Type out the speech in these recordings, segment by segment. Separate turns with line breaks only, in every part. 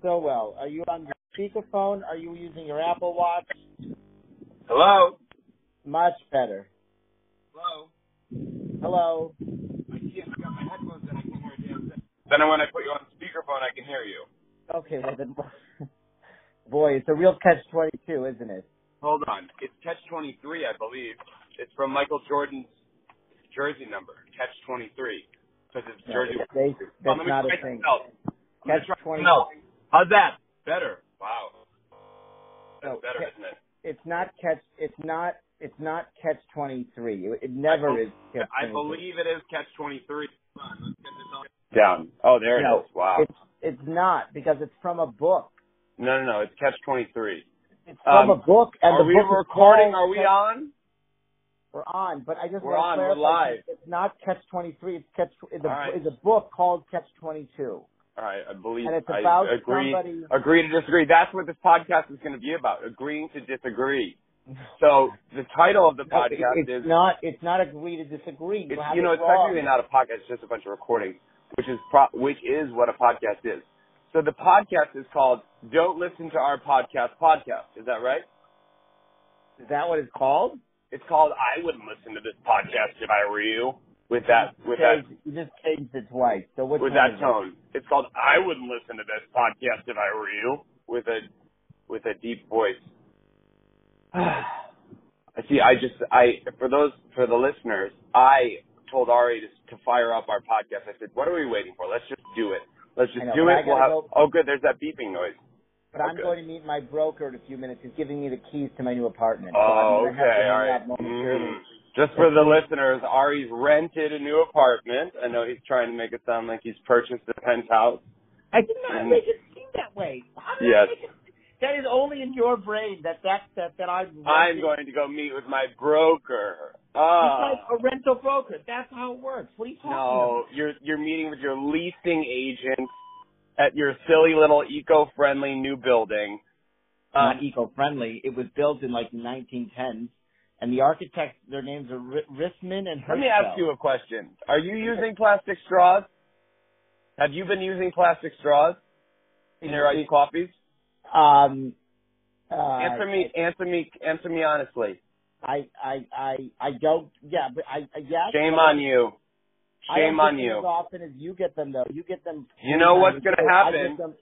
Stillwell. Are you on speakerphone? Are you using your Apple Watch?
Hello?
Much better.
Hello?
Hello.
I can't. I got my headphones and I can hear a damn thing. Then when I put you on speakerphone, I can hear you.
Okay, well then, boy, it's a real catch twenty two, isn't it?
Hold on. It's Catch 23, I believe. It's from Michael Jordan's jersey number, Catch 23. Because it's
No,
jersey.
they-
Oh, let
that's
me
not a
try something
thing.
else. I'm gonna
Catch
try
20
something else. How's that? Better. Wow. That's
No,
better,
Catch-
isn't it?
It's not catch. It's not. It's not catch twenty three. It, it never
I-
is. Catch
I
23.
believe it is Catch 23. Hold on, let's get this on- Down. Oh, there
No,
it is. Wow.
It's it's not because it's from a book.
No, no, no. It's Catch 23.
It's
Um,
from a book, and
Are
the
we
book is
recording?
called
Are we
Catch-
on?
We're on, but I just
We're on,
want to
we're
clarify,
live.
It's not Catch Twenty Three. It's Catch. It's a,
All right.
it's a book called Catch Twenty Two,
All right, I believe
and it's
I
about
agree.
somebody.
Agree to disagree. That's what this podcast is going to be about: agreeing to disagree. So the title of the
No, it-
podcast
it's
is
not. It's not agree to disagree.
it's,
have
you know
it
it's
wrong.
technically not a podcast; it's just a bunch of recordings, which is pro- which is what a podcast is. So the podcast is called "Don't Listen to Our Podcast" podcast. Is that right?
Is that what it's called?
It's called "I Wouldn't Listen to This Podcast If I Were You." With that, with that,
Changed- you just changed it twice. So which
with
one
that
is it?
tone. It's called "I Wouldn't Listen to This Podcast If I Were You" with a with a deep voice. I see. I just I for those for the listeners, I told Ari to, to fire up our podcast. I said, "What are we waiting for? Let's just do it. Let's
I
just
know,
do
but I
it." We'll
gotta
have,
go-
oh, good. There's that beeping noise.
But I'm
Okay.
going to meet my broker in a few minutes. He's giving me the keys to my new apartment. so I'm
Oh, okay.
gonna have to hang
All
out
right.
momentarily.
Mm. Just for the listeners, Ari's rented a new apartment. I know he's trying to make it sound like he's purchased a penthouse.
I did
Mm.
not make it seem that way. How did
Yes.
I make it? That is only in your brain that that that, that I'm.
I'm going to go meet with my broker.
He's
Ah.
like a rental broker. That's how it works. What are you talking
No, you're you're meeting with your leasing agent at your silly little eco-friendly new building.
about?
Um,
Not eco-friendly. It was built in like the 1910s, and the architects, their names are R- Rissman and Hirschfeld.
let me ask you a question. Are you using plastic straws? Have you been using plastic straws in your iced coffees?
Um, uh,
Answer me, answer me, answer me honestly.
I I I I don't. Yeah, but I, I yeah.
Shame on you.
I don't
Shame
get
on
them
you.
As often as you get them, though, you get them.
You know what's
sometimes.
gonna
I get
happen?
them-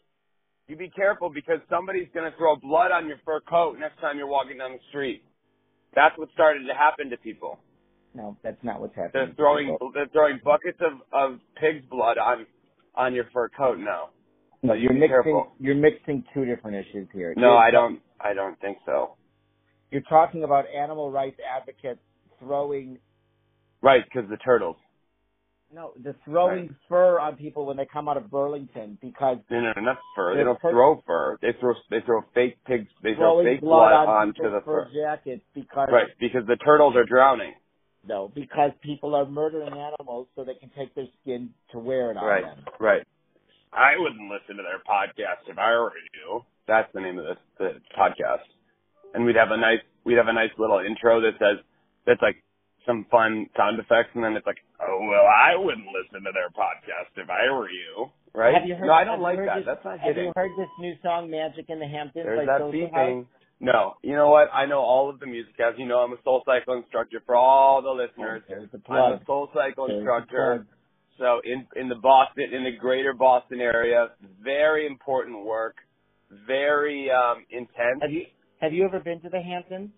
You be careful because somebody's going to throw blood on your fur coat next time you're walking down the street. That's what started to happen to people.
No, that's not what's happening.
They're throwing they're throwing buckets of of pig's blood on on your fur coat now.
No, you're mixing.
Careful.
You're mixing two different issues here.
No,
You're-
I don't. I don't think so.
You're talking about animal rights advocates throwing
Right, because the turtles.
no, the throwing fur on people when they come out of Burlington because
No, no, no, not fur. They
They're
don't
per-
throw fur. They throw they throw fake pigs. They throw
throwing
fake
blood,
blood
on
onto
people's
the
fur
fur.
jackets because
Right, because the turtles are drowning.
no, because people are murdering animals so they can take their skin to wear it on
Right,
them.
right. I wouldn't listen to their podcast if I were you. That's the name of the, the podcast, and we'd have a nice we'd have a nice little intro that says that's like some fun sound effects, and then it's like, oh well, I wouldn't listen to their podcast if I were you. Right?
Have you heard-
no, I don't
have you
like
heard
that.
this-
That's not
Have you
hitting.
heard this new song "Magic in the Hamptons"?
There's
by
that
Soulja House?
beeping. No, you know what? I know all of the music. As you know, I'm a soul cycle instructor for all the listeners.
There's the
I'm a
Oh, plug.
soul cycle
There's the
instructor.
plug.
So in in the Boston in the greater Boston area, very important work, very um intense.
Have you have you ever been to the Hamptons?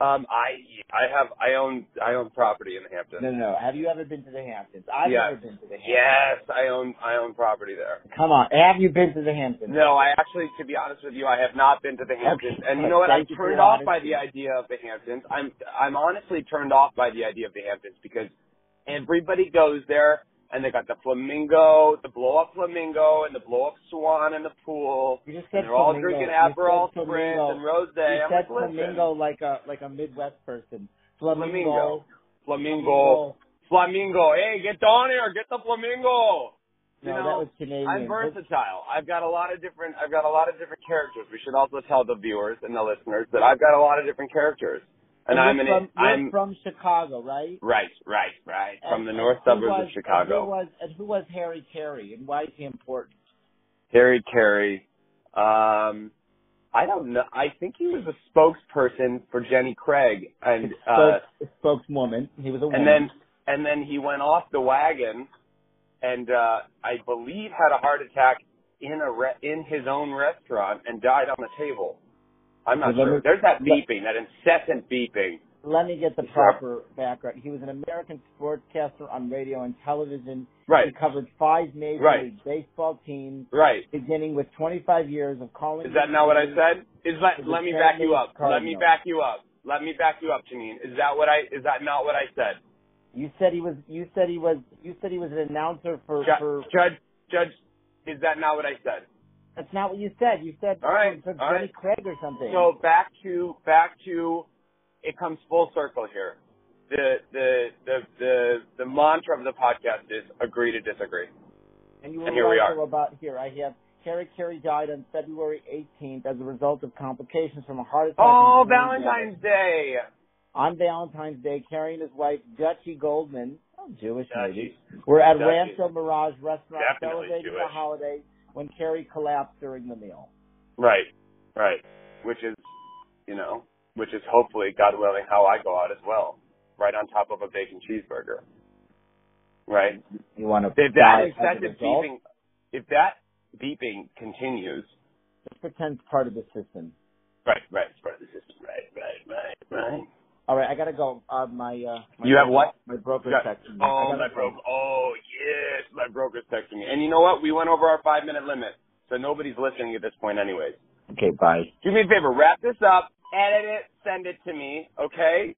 Um I I have I own I own property in the Hamptons.
No, no, no. Have you ever been to the Hamptons? I've
Yes.
never been to the Hamptons.
Yes, I own I own property there.
Come on. Have you been to the Hamptons?
No, I actually to be honest with you, I have not been to the Hamptons.
Okay.
And you know what? I'm
Thank you for
turned
your
off by
honesty.
the idea of the Hamptons. I'm I'm honestly turned off by the idea of the Hamptons because everybody goes there and they got the flamingo, the blow up flamingo and the blow up swan in the pool.
You just said
And they're all
flamingo.
drinking
You said
Aperol Spritz
flamingo.
and Rosé.
You
I'm like,
said
listen,
flamingo like a like a Midwest person.
Flamingo.
Flamingo.
flamingo, flamingo. Hey, get down here, get the flamingo. You
No,
know,
that was Canadian.
I'm versatile. I've got a lot of different. I've got a lot of different characters. We should also tell the viewers and the listeners that I've got a lot of different characters, and
You're
I'm an.
from, you're
I'm
from Chicago, right?
right, right, right. From
And-
the
and
north
who
suburbs
was,
of
And who
Chicago.
was and who was Harry Carey and why is he important?
Harry Carey Um, I don't know. I think he was a spokesperson for Jenny Craig, and uh,
Spokes- spokeswoman. He was a woman.
and then and then he went off the wagon, and uh, I believe had a heart attack in a re- in his own restaurant and died on the table. I'm not
Well, let
sure.
me-
There's that beeping, that incessant beeping.
let me get the
Sure.
proper background. He was an American sportscaster on radio and television. He
Right,
covered five major
Right.
league baseball teams,
right.
beginning with 25 years of calling.
Is that not what I said? Is let
Is
let
it
me back you
Stanley
up. Let me
Cardinal?
back you up. Let me back you up, Janine. Is that what I? Is that not what I said?
You said he was. You said he was. You said he was an announcer for. for
Judge, judge, judge. Is that not what I said?
that's not what you said. You said
All right,
for
all
Jenny
right.
Craig or something.
So back to back to it comes full circle here. The the the the, the mantra of the podcast is agree to disagree.
and you were
and here we
also
are.
about here. I have Carrie Carey died on February 18th as a result of complications from a heart attack.
Oh,
and brain damage.
Valentine's Day.
on Valentine's Day, Carrie and his wife, Dutchie Goldman, oh, Jewish
Uh,
maybe, were at
Dutchie.
Rancho Mirage Restaurant
Definitely
celebrating
Jewish.
the holiday when Carrie collapsed during the meal.
Right, right. Which is, you know, which is hopefully, God willing, how I go out as well. Right on top of a bacon cheeseburger. Right.
You want to
If that
die as an
excessive
adult?
beeping, if that beeping continues,
Just pretend it's part of the system.
right, right, it's part of the system, right, right, right, right.
All right, I gotta go. Uh, my, uh, my
You have what?
My broker
You got-
section.
Oh, my broker. Oh, yes, my broker's texting me. And you know what? We went over our five minute limit, so nobody's listening at this point, anyways.
Okay, bye.
Do me a favor, wrap this up, edit it, send it to me, okay?